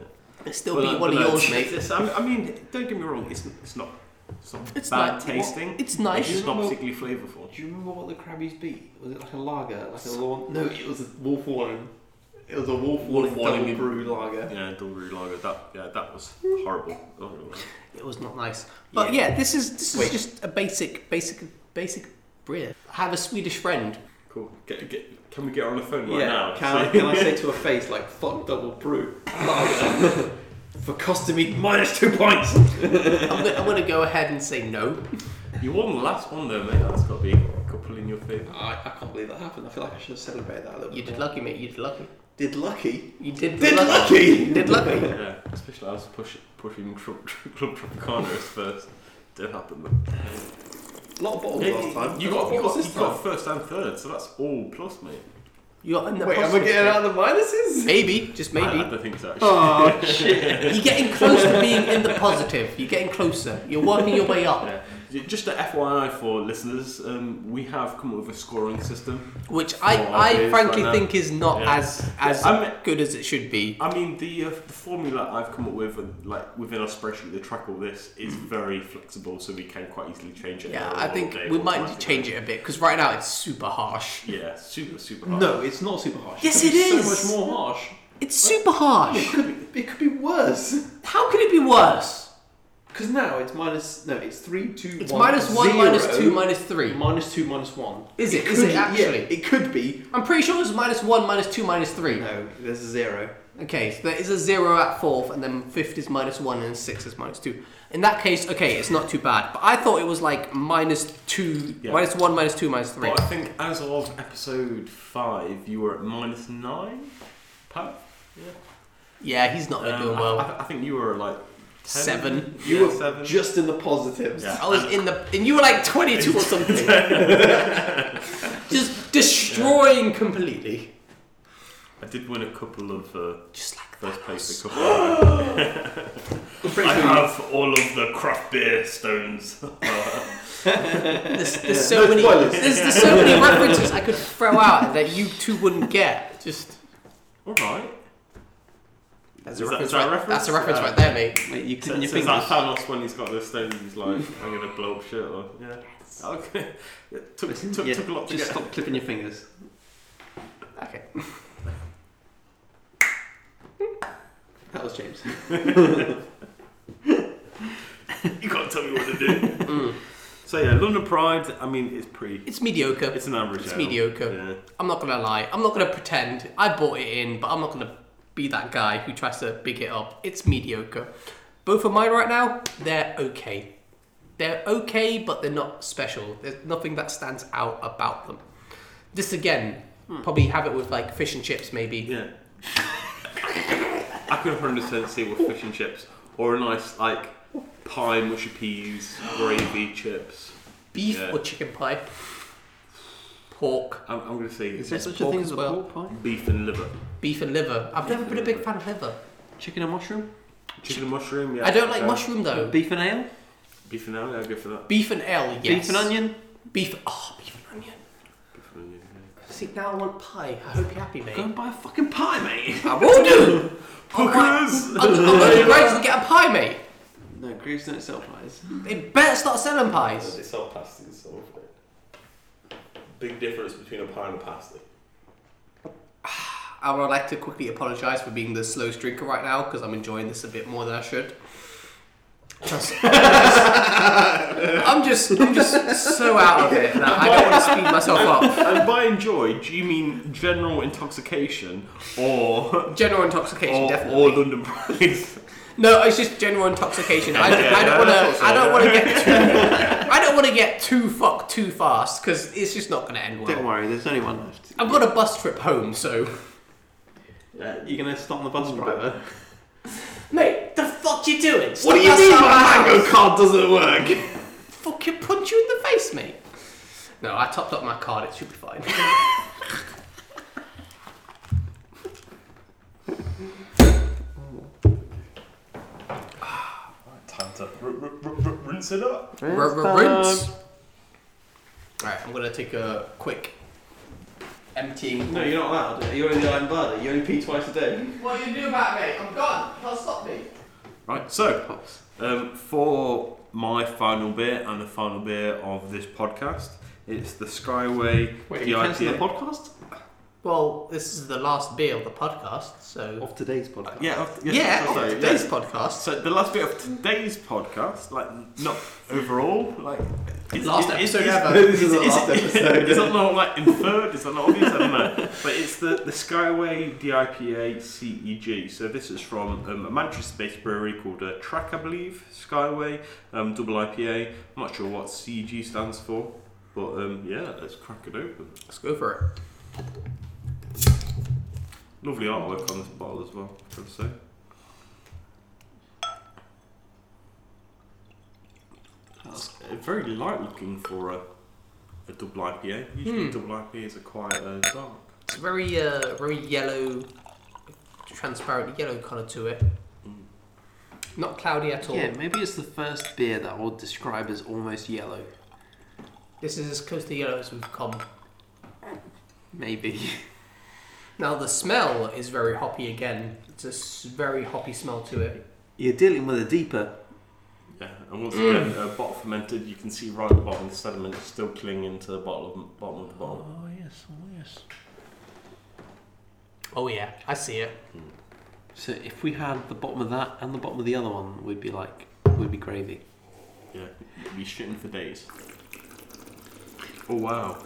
It'll still
But,
be
uh,
one of
but, uh,
yours, mate.
it's- I mean, don't get me wrong. It's it's not It's not
It's
bad
not-
tasting.
It's
It's
nice.
just not particularly flavourful.
Do you remember what the Krabbies beat? Was it like a lager? Like a lawn? No, it was a Wolf Warren. It was a Wolf Warren double
Warren.
brew lager.
Yeah, don't really lager. That yeah, that was horrible. Oh, no.
It was not nice. But yeah, this is this is
Wait.
just a basic, basic, basic beer. I have a Swedish friend.
Cool. Get, get, can we get her on the phone right
yeah,
now?
can, I, can I say to a face like fuck double brew lager for costing me minus two points?
I'm gonna, I'm gonna go ahead and say no.
you won the last one though, mate. That's got to be a couple in your favour.
I, I can't believe that happened. I feel like I should have celebrated that a little
You
bit.
did lucky, mate. You did lucky.
Did lucky?
You did,
Did
lucky.
lucky?
You did lucky.
Yeah, especially I was push, pushing Club Club Tropicana as first. Did happen though.
A lot of bottles
Yeah,
last time. A
You
lot of
got
bottles
you got,
this
you got
time.
first and third, so that's all plus, mate.
You got in the
Wait, am I
positive
getting
state.
out of the minuses?
Maybe, just
I, I
maybe.
don't think so. Actually.
Ah.
Oh shit!
You're getting close to being in the positive. You're getting closer. You're working your way up,
Yeah. J- Just a FYI for listeners, um, we have come up with a scoring system.
which I,
Oh,
I
okay,
frankly
right now.
think is not
Yeah.
as as
I mean,
good as it should be.
I mean the, uh, the formula I've come up with, and like within our spreadsheet to track all this, is very flexible, so we can quite easily change it.
Mm. Yeah,
all-
I
all
think
day
we might need to
automatically.
change it a bit because right now it's super harsh.
Yeah, super super. Hard.
No, it's not super harsh.
Yes,
could
it
be
is.
So much more harsh.
It's super
Oh, It
harsh.
could be, it could be worse.
How could it be worse?
Because now it's minus. No, it's three, two,
It's
one,
minus one,
zero,
minus two, minus three.
minus two, minus one.
Is it?
Could
Is it
be-
actually?
Yeah, it could be.
I'm pretty sure it's minus one, minus two, minus three.
No, there's a zero.
Okay, so there is a zero at fourth, and then fifth is minus one, and sixth is minus two. In that case, okay, it's not too bad. But I thought it was like minus two,
Yeah.
minus one, minus two, minus three.
But I think as of episode five, you were at minus nine. Pat,
Yeah, he's not
Um,
doing
I-
well.
I, I think you were like 10.
Seven.
Yeah,
You were
seven.
just in the positives.
Yeah.
I was in the, and you were like 22 or something. Just destroying completely.
I did win a couple of uh,
Just like
first place. A
that.
couple. Of,
I'm pretty
I
sure you-
have all of the craft beer stones.
There's, there's so
no
many,
spoilers.
there's, there's so many references I could throw out that you two wouldn't get. Just
all right.
that's
Is that-
a reference,
is that a
right,
reference? Uh.
That's a reference
Yeah.
right there, mate.
Mate, you
So,
clipping
so
your
is
fingers?
that Thanos when he's got the stones, he's like, I'm gonna blow up shit or yeah. Okay. It took, took,
Yeah,
took a lot to
just
get.
stop clipping your fingers.
Okay.
That was James.
You can't tell me what to do. Mm. So yeah, London Pride. I mean, it's pretty.
It's mediocre.
It's an average.
It's
ale.
mediocre.
Yeah.
I'm not gonna lie. I'm not gonna pretend. I bought it in, but I'm not gonna be that guy who tries to big it up. It's mediocre. Both of mine right now, they're okay. They're okay, but they're not special. There's nothing that stands out about them. This again, probably have it with like fish and chips, maybe.
Yeah. I could 100% see with fish and chips or a nice like pie, mushy peas, gravy, chips.
Beef
Yeah.
or chicken pie. Pork,
I'm, I'm gonna say
Is there
There's
such a
pork
thing
as
as a
well.
pork pie?
beef and liver,
beef and liver. I've never been a big fan of liver.
Chicken and mushroom?
chicken and mushroom. Yeah,
I don't like
okay.
mushroom though.
Beef and ale?
Beef and onion. I'll go for that.
Beef and ale, yes.
Beef and onion?
Beef. Oh, beef and onion.
Beef and onion. yeah.
See, now I want pie. I hope you're happy,
Go
mate.
and buy a fucking pie, mate.
I will do. Oh,
Hookers!
I'm, I'm going to Greg's and get a pie, mate.
no, Greaves don't sell pies.
They better start selling pies.
sell pasties, so big difference between a pie and a pasty.
I would like to quickly apologise for being the slowest drinker right now because I'm enjoying this a bit more than I should. Just- I'm just, I'm just so out of it that I don't want to speed myself up.
and by enjoy, do you mean general intoxication or
General intoxication,
or,
definitely.
or London Pride?
No, it's just general intoxication. I,
Yeah,
I don't
yeah,
want
that's
to. I
what
don't
I'm
want to get too. I don't want to get too fucked too fast because it's just not going to end
Don't
well.
worry, there's only one left.
I've got a bus trip home, so
Yeah, you're Uh, gonna stop on the bus driver.
mate, the fuck you doing?
What
Stop
do you mean my
outside my house.
Mango card doesn't work?
Fucking punch you in the face, mate. No, I topped up my card. It should be fine.
Time to r- r- r- r- rinse it up.
Rinse. All right, I'm gonna take a quick emptying.
No, you're not allowed. You're only the Iron Barley. You only pee twice a day.
What are you do about it, mate? I'm gone. You can't stop me.
Right, so
Pops.
um, for my final beer and the final beer of this podcast, it's the Skyway
Wait, are you cancelling the
DIPA.
podcast?
Well, this is the last beer of the podcast, so
Of today's podcast.
Yeah, of- yes,
yeah, oh,
so-
of
yeah.
today's podcast.
So the last bit of today's podcast, like not overall, like is-
Last
is-
episode
is-
ever.
This is the
Is-
last
is-
episode.
Is that not like inferred? Is that not obvious? I don't know. But it's the, the Skyway DIPA CEG. E So this is from um, a Manchester based brewery called uh, Track, I believe. Skyway, um, double IPA. I'm not sure what CEG stands for. But um, yeah, let's crack it open.
Let's go for it.
Lovely artwork on this bottle as well, I've got to say. That's uh, very light looking for a, a double IPA. Usually
Hmm.
double IPAs are quite uh, dark.
It's very, uh, very yellow, transparent yellow colour to it.
Mm.
Not cloudy at all.
Yeah, maybe it's the first beer that I would describe as almost yellow.
This is as close to yellow as we've come.
Maybe.
Now the smell is very hoppy again. It's a s- very hoppy smell to it.
You're dealing with a deeper.
Yeah, and once again, uh, bottle fermented, you can see right at the bottom the sediment is still clinging to the bottle of, bottom of the bottle.
Oh, yes, oh, yes.
Oh yeah, I see it.
So if we had the bottom of that and the bottom of the other one, we'd be like, we'd be gravy.
Yeah, you'd be shitting for days. Oh wow,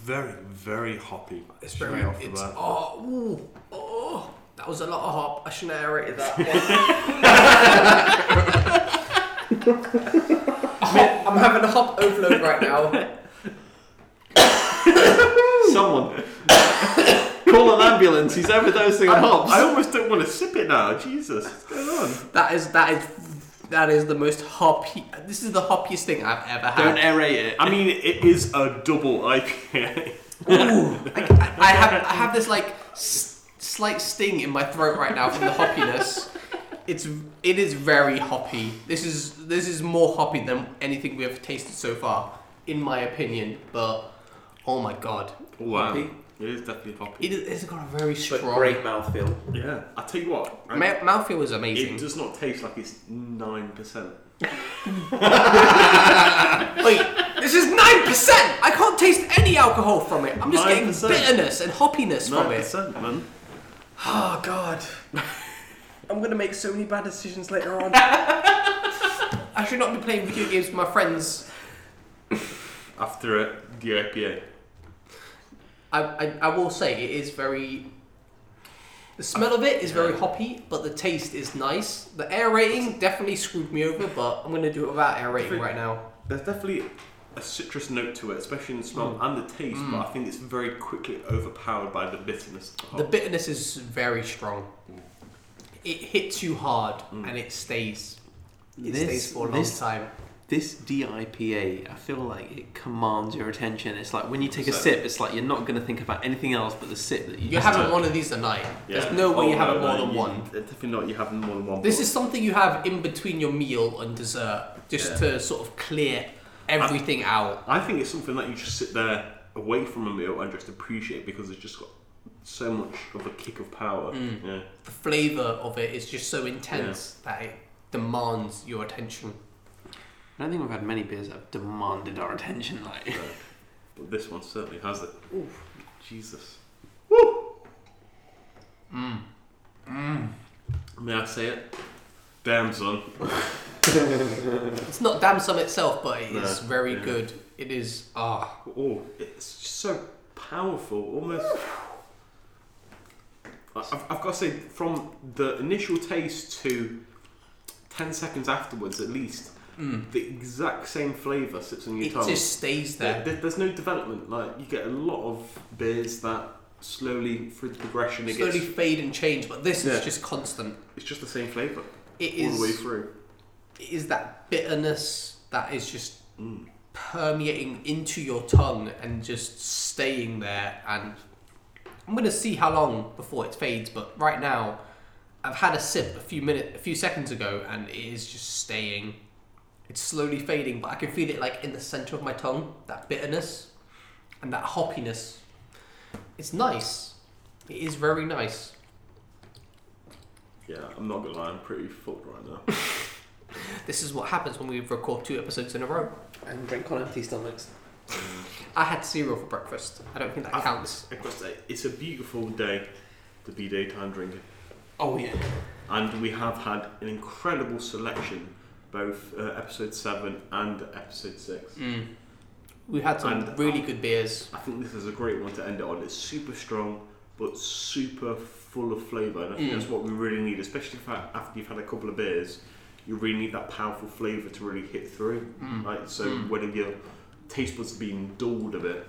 very very hoppy.
It's
straight
very.
off the
it's
bat.
oh ooh, oh. That was a lot of hop. I shouldn't have rated that. one. Hop- I'm having a hop overload right now.
Someone. Call an ambulance, he's overdosing on hops.
I almost don't want to sip it now. Jesus, what's going on?
That is that is that is the most hoppy. This is the hoppiest thing I've ever
Don't
had.
aerate it.
I mean, it is a double IPA.
Ooh, I, I- I have I have this like s- slight sting in my throat right now from the hoppiness. It's it is very hoppy. This is this is more hoppy than anything we have tasted so far, in my opinion. But oh my god,
Wow,
Hoppy?
it is definitely hoppy.
it, it's got a very
But
strong.
great mouthfeel.
yeah, I tell you what,
Ma- mouthfeel is amazing.
it does not taste like it's nine percent.
Wait, this is nine percent. I can't taste any alcohol from it. I'm just getting
9%.
bitterness and hoppiness from
Nine
it.
percent, man.
Oh god, I'm gonna make so many bad decisions later on. I should not be playing video games with my friends.
After uh, the IPA.
I, I, I will say it is very. The smell of it is very hoppy, but the taste is nice. The air rating definitely screwed me over, but I'm gonna do it without air rating right now.
There's definitely a citrus note to it, especially in the smell
Mm.
and the taste, but I think it's very quickly overpowered by the bitterness. of
The
hop.
bitterness is very strong. It hits you hard and it stays. It stays for a long
this,
time.
this DIPA, I feel like it commands your attention. It's like when you take a
So-
sip, it's like you're not going to think about anything else but the sip that you
You're
just
having
took.
one of these a night.
Yeah.
There's no way
Oh,
you're having
no,
more
no,
than
you-
one.
Definitely not. You're having more than one.
This
but
is something you have in between your meal and dessert, just
Yeah.
to sort of clear everything out.
I think it's something that you just sit there away from a meal and just appreciate because it's just got so much of a kick of power. Yeah.
The flavour of it is just so intense that it demands your attention.
I don't think we've had many beers that have demanded our attention. Like,
But this one certainly has it. Jesus.
Mm.
Woo! May I say it? Damn son.
It's not damn sum itself, but it is
No,
very
yeah.
good. It is ah.
Oh, it's just so powerful, almost. I- I've, I've got to say, from the initial taste to 10 seconds afterwards, at least, the exact same flavour sits on your
Hmm. It
tongue.
just stays
There-
there.
there- there's no development. Like you get a lot of beers that slowly, through the progression, it
Slowly
gets.
fade and change, but this
Yeah.
is just constant.
It's just the same flavour
It
all the way
is.
through.
It is that bitterness that is just permeating into your tongue and just staying there. And I'm gonna see how long before it fades, but right now, I've had a sip a few minutes, a few seconds ago, and it is just staying. It's slowly fading, but I can feel it like in the center of my tongue. That bitterness and that hoppiness. It's nice. It is very nice.
Yeah, I'm not gonna lie, I'm pretty fucked right now.
This is what happens when we record two episodes in a row.
And drink on empty stomachs.
I had cereal for breakfast. I don't think that
I-
counts.
I must say, it's a beautiful day to be daytime drinking.
Oh yeah.
And we have had an incredible selection, both uh, episode 7 and episode 6.
Mm. We had some
And-
really good beers.
I think this is a great one to end it on. It's super strong, but super full of flavour. And I think
Mm.
that's what we really need, especially if I- after you've had a couple of beers. You really need that powerful flavour to really hit through.
Mm.
Right? So
Mm.
whether your taste buds have been dulled a bit,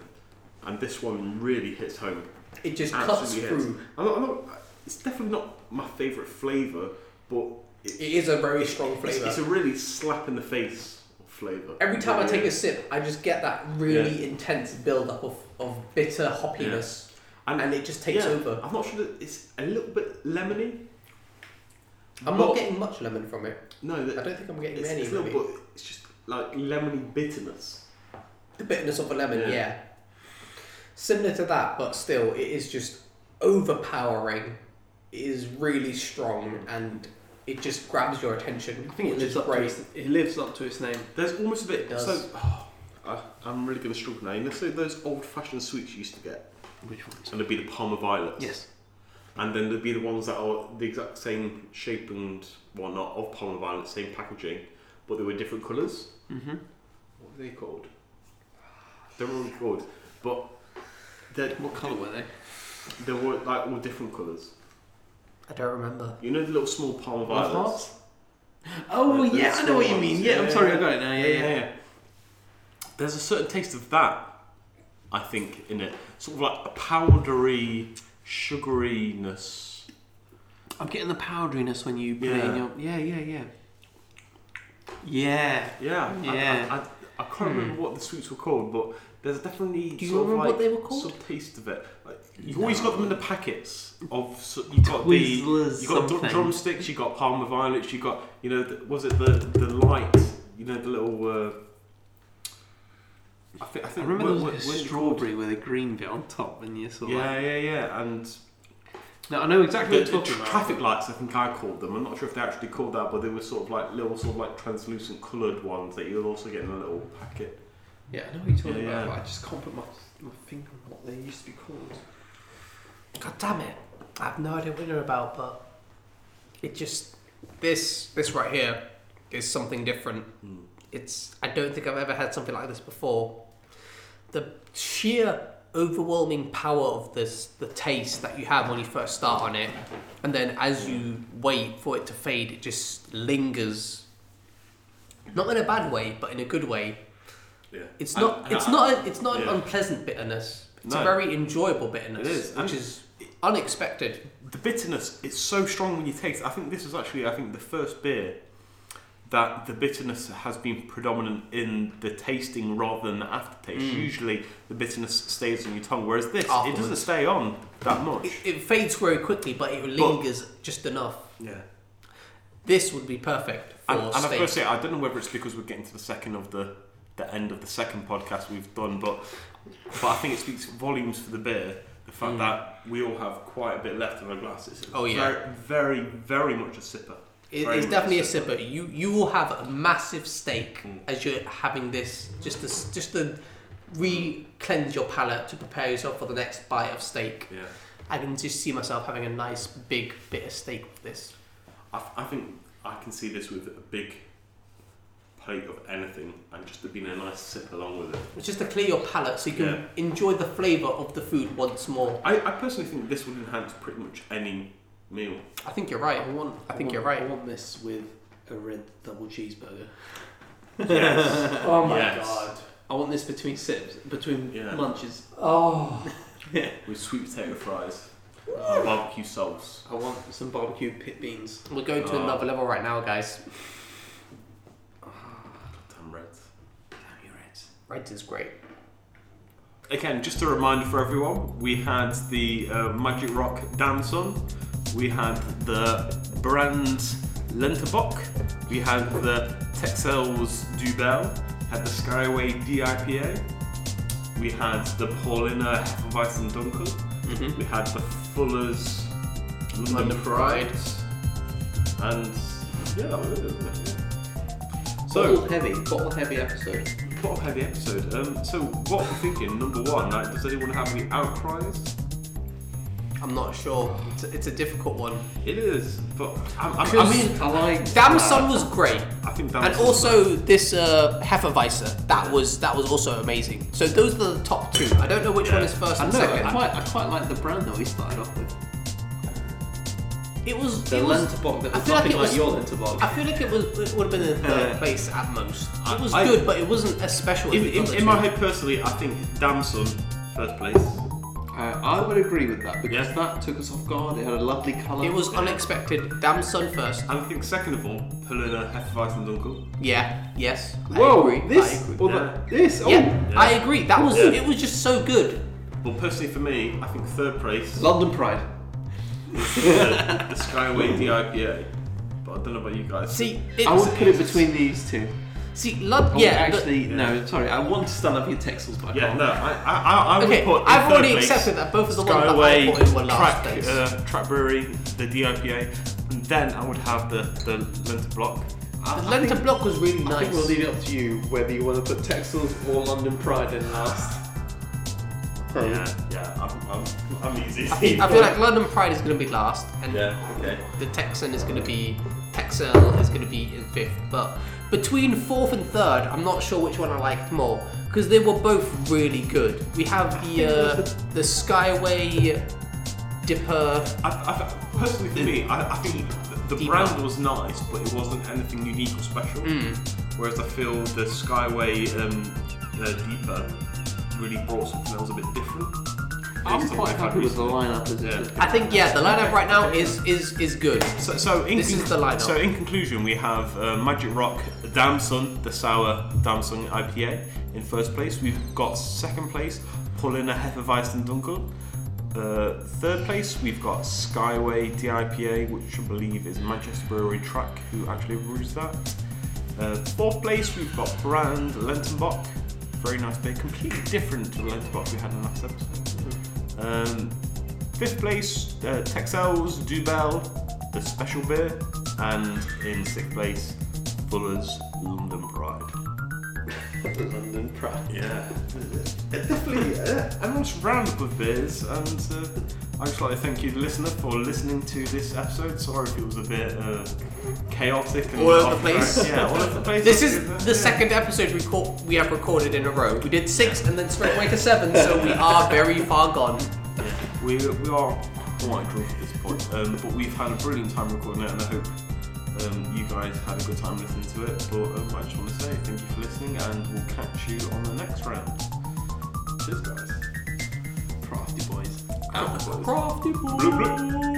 and this one really hits home.
It just cuts
Absolutely hits.
through.
I'm not, I'm not, it's definitely not my favourite flavour, but
It is a very strong
it's,
flavour.
it's a really slap in the face flavour.
Every time I
Really
take a
is.
sip, I just get that really intense build up of, of bitter hoppiness,
And-
and it just takes
yeah,
over.
I'm not sure that it's a little bit lemony.
I'm
But-
not getting much lemon from it.
No,
I
that,
don't think I'm getting
it's,
any.
it's a
maybe.
little, but it's just like lemony bitterness.
The bitterness of a lemon,
Yeah.
yeah. Similar to that, but still, it is just overpowering. It is really strong, and it just grabs your attention.
I think it
which
lives
is
up to its, it lives up to its name.
There's almost a bit.
It does.
So I, I'm really going to struggle now. You know, so those old-fashioned sweets you used to get,
Which ones?
and there'd be the Palmer violets,
Yes.
and then there'd be the ones that are the exact same shape and whatnot of Palmer violets, same packaging, but they were different colours.
Mm-hmm.
What were they called? They were all called, but they
What colour were they?
they were like all different colours.
I don't remember.
You know the little small Palmer
Love
violets.
hearts? Oh
The- the
yeah, I know
small
what you
ones,
mean. Yeah,
yeah,
I'm sorry,
yeah.
I got it now. Yeah, yeah.
There's a certain taste of that, I think, in it. Sort of like a powdery, sugaryness.
I'm getting the powderiness when you put it
Yeah.
in your. Yeah, yeah, yeah. Yeah.
Yeah, I-
Yeah.
I, I, I, can't remember what the sweets were called, but there's definitely
Hmm. Do you
sort
remember
of like
what they were called?
some taste of it. Like, you've always got them in the packets of. So, you got the.
Twizzlers
You got dr-
something.
drumsticks. You got Palmer violets. You got you know the, was it the the light? You know the little. Uh, I, thi- I
I
think
remember
what-
there
what-
was like a
what-
strawberry with a green bit on top, and you sort of like.
Yeah, yeah, yeah, and
No, I know exactly
the,
what you're
the
talking about.
traffic lights. I think I called them. I'm not sure if they actually called that, but they were sort of like little, sort of like translucent coloured ones that you'll also get in a little packet.
Yeah, I know what you're talking
Yeah,
about,
yeah.
but I just can't put my, my finger on what they used to be called.
God damn it! I have no idea what they're about, but it just this this right here is something different.
Hmm.
Mm.
It's I don't think I've ever had something like this before. The sheer overwhelming power of this the taste that you have when you first start on it and then as you wait for it to fade it just lingers not in a bad way but in a good way
Yeah,
it's
And-
not
and
it's
I-
not a, it's not an
yeah.
unpleasant bitterness it's a
No.
very enjoyable bitterness
It is, and-
which is unexpected
the bitterness it's so strong when you taste it. I think this is actually I think the first beer that the bitterness has been predominant in the tasting rather than the aftertaste.
Mm.
Usually the bitterness stays on your tongue, whereas this it doesn't
Afterwards.
stay on that much.
It, it fades very quickly, but it lingers just enough.
yeah.
This would be perfect for
And, and I've got
steak.
to say, I don't know whether it's because we're getting to the second of the the end of the second podcast we've done, but but I think it speaks volumes for the beer. The fact
Mm.
that we all have quite a bit left in our glasses.
Oh, yeah.
very, very, very much a sipper.
It-
very
it's
much
definitely a
so.
sipper. You you will have a massive steak
Mm.
as you're having this, just to s- just to re cleanse your palate to prepare yourself for the next bite of steak.
Yeah,
I can just see myself having a nice big bit of steak with this.
I, th- I think I can see this with a big plate of anything and just being a nice sip along with it.
It's just to clear your palate so you can
Yeah.
enjoy the flavour of the food once more.
I, I personally think this would enhance pretty much any meal.
I think you're right.
I want.
I think
want-
you're right.
I want this with a red double cheeseburger.
Yes.
Oh my
Yes.
god.
I want this between sips, between
Yeah.
lunches.
Oh.
with sweet potato fries, and barbecue sauce.
I want some barbecue pit beans.
We're going to
Oh.
another level right now, guys.
Damn reds.
Damn you, Reds.
Reds is great.
Again, just a reminder for everyone: we had the uh, Magic Rock Damson, we had the Brand Lenterbock, we had the Texels Dubel, had the Skyway DIPA, we had the Paulina Mm-hmm. Hefeweizen Dunkel, we had the Fuller's London,
London
Pride,
Pride.
And yeah, that was it, wasn't it?
Bottle
So,
heavy, bottle heavy episode.
what a heavy episode. Um, so, what we're thinking, number one, like, does anyone have any outcries?
I'm not sure. It's a, it's a difficult one.
It is, but I'm, I'm, I
Because-
mean,
I like
Damson was great,
I think that
and also this uh, Hefeweiser. That was that was also amazing. So those are the top two. I don't know which one is first
I
and
know.
second.
I quite, I quite like the brand that we started off with.
it was.
The
it was-
lenter box that
I
was
feel like
nothing
it
like,
was.
your lenter box.
I feel like it was. It would have been in third
Uh,
place at most. It was
I-
good, but it wasn't as special. as
in,
the
in,
other
in my
two.
head personally, I think Damson first place.
Uh, I would agree with that because
Yeah.
that took us off guard. It had a lovely colour.
it was unexpected. Damn sun first.
And I think second of all, Helena Hefeweizen Dunkel.
Yeah. Yes. I
Whoa!
agree, I
This,
agree.
well,
Yeah.
the- this. Oh,
Yeah, I agree. That was.
Yeah.
It was just so good.
Well, personally for me, I think third place
London Pride.
the, the Skyway DIPA. But I don't know about you guys.
See, it's,
I would put it between these two.
See, love.
Oh,
Yeah.
actually,
but-
no. Sorry, I want to stand up your texels, but I
Yeah,
can't.
no, I, I, I, I would
Okay,
put. in
I've
third
already
place
accepted that both of the ones that I
Skyway,
put in were last
track,
place.
uh, track Brewery, the DIPA, and then I would have the the Lenter Block. I,
the
I
Lenter
think-
block was really
I
nice.
think we'll leave it up to you whether you want to put Texels or London Pride in last.
Yeah, yeah, I'm, I'm, I'm easy.
I feel- I feel like London Pride is going to be last, and
Yeah, okay.
the Texan is going to be Texel is going to be in fifth. But between fourth and third, I'm not sure which one I liked more because they were both really good. We have the uh, the Skyway Dipper.
I, I, personally, for me, I, I think the, the
Deeper.
brand was nice, but it wasn't anything unique or special.
Hmm.
Whereas I feel the Skyway um, uh, Deeper really brought something that was a bit different.
I'm
Based
quite
on what I've
happy
had
with the
recently.
lineup as it is.
I think yeah, the lineup right now is is is good.
So, so in
This is the lineup.
So in conclusion, we have uh, Magic Rock, Damson, the Sour Damson IPA in first place. We've got second place, Paulina Hefeweizen Dunkel. Uh, third place, we've got Skyway DIPA, which I believe is Manchester Brewery Track, who actually brews that. Uh, fourth place, we've got Brand Lentenbach. Very nice beer, completely different to the Lentenbach we had in last episode.
Mm-hmm.
Um, fifth place, uh, Texels, Dubel, the special beer, and in sixth place, Fuller's London Pride.
The London Pride.
Yeah. Definitely uh, a nice roundup of beers, and uh, I'd just like to thank you, the listener, for listening to this episode. Sorry if it was a bit uh, chaotic and
All over the
off
place.
track. Yeah, all over the place.
This is
Yeah.
the second episode we caught, we have recorded in a row. We did six and then straight away to seven, so we are very far gone.
We, we are quite drunk at this point, um, but we've had a brilliant time recording it, and I hope um, you guys had a good time listening to it. But um, I just want to say thank you for listening, and we'll catch you on the next round. Cheers, guys.
Crafty boys.
Out.
Crafty boy.
Bloop, bloop.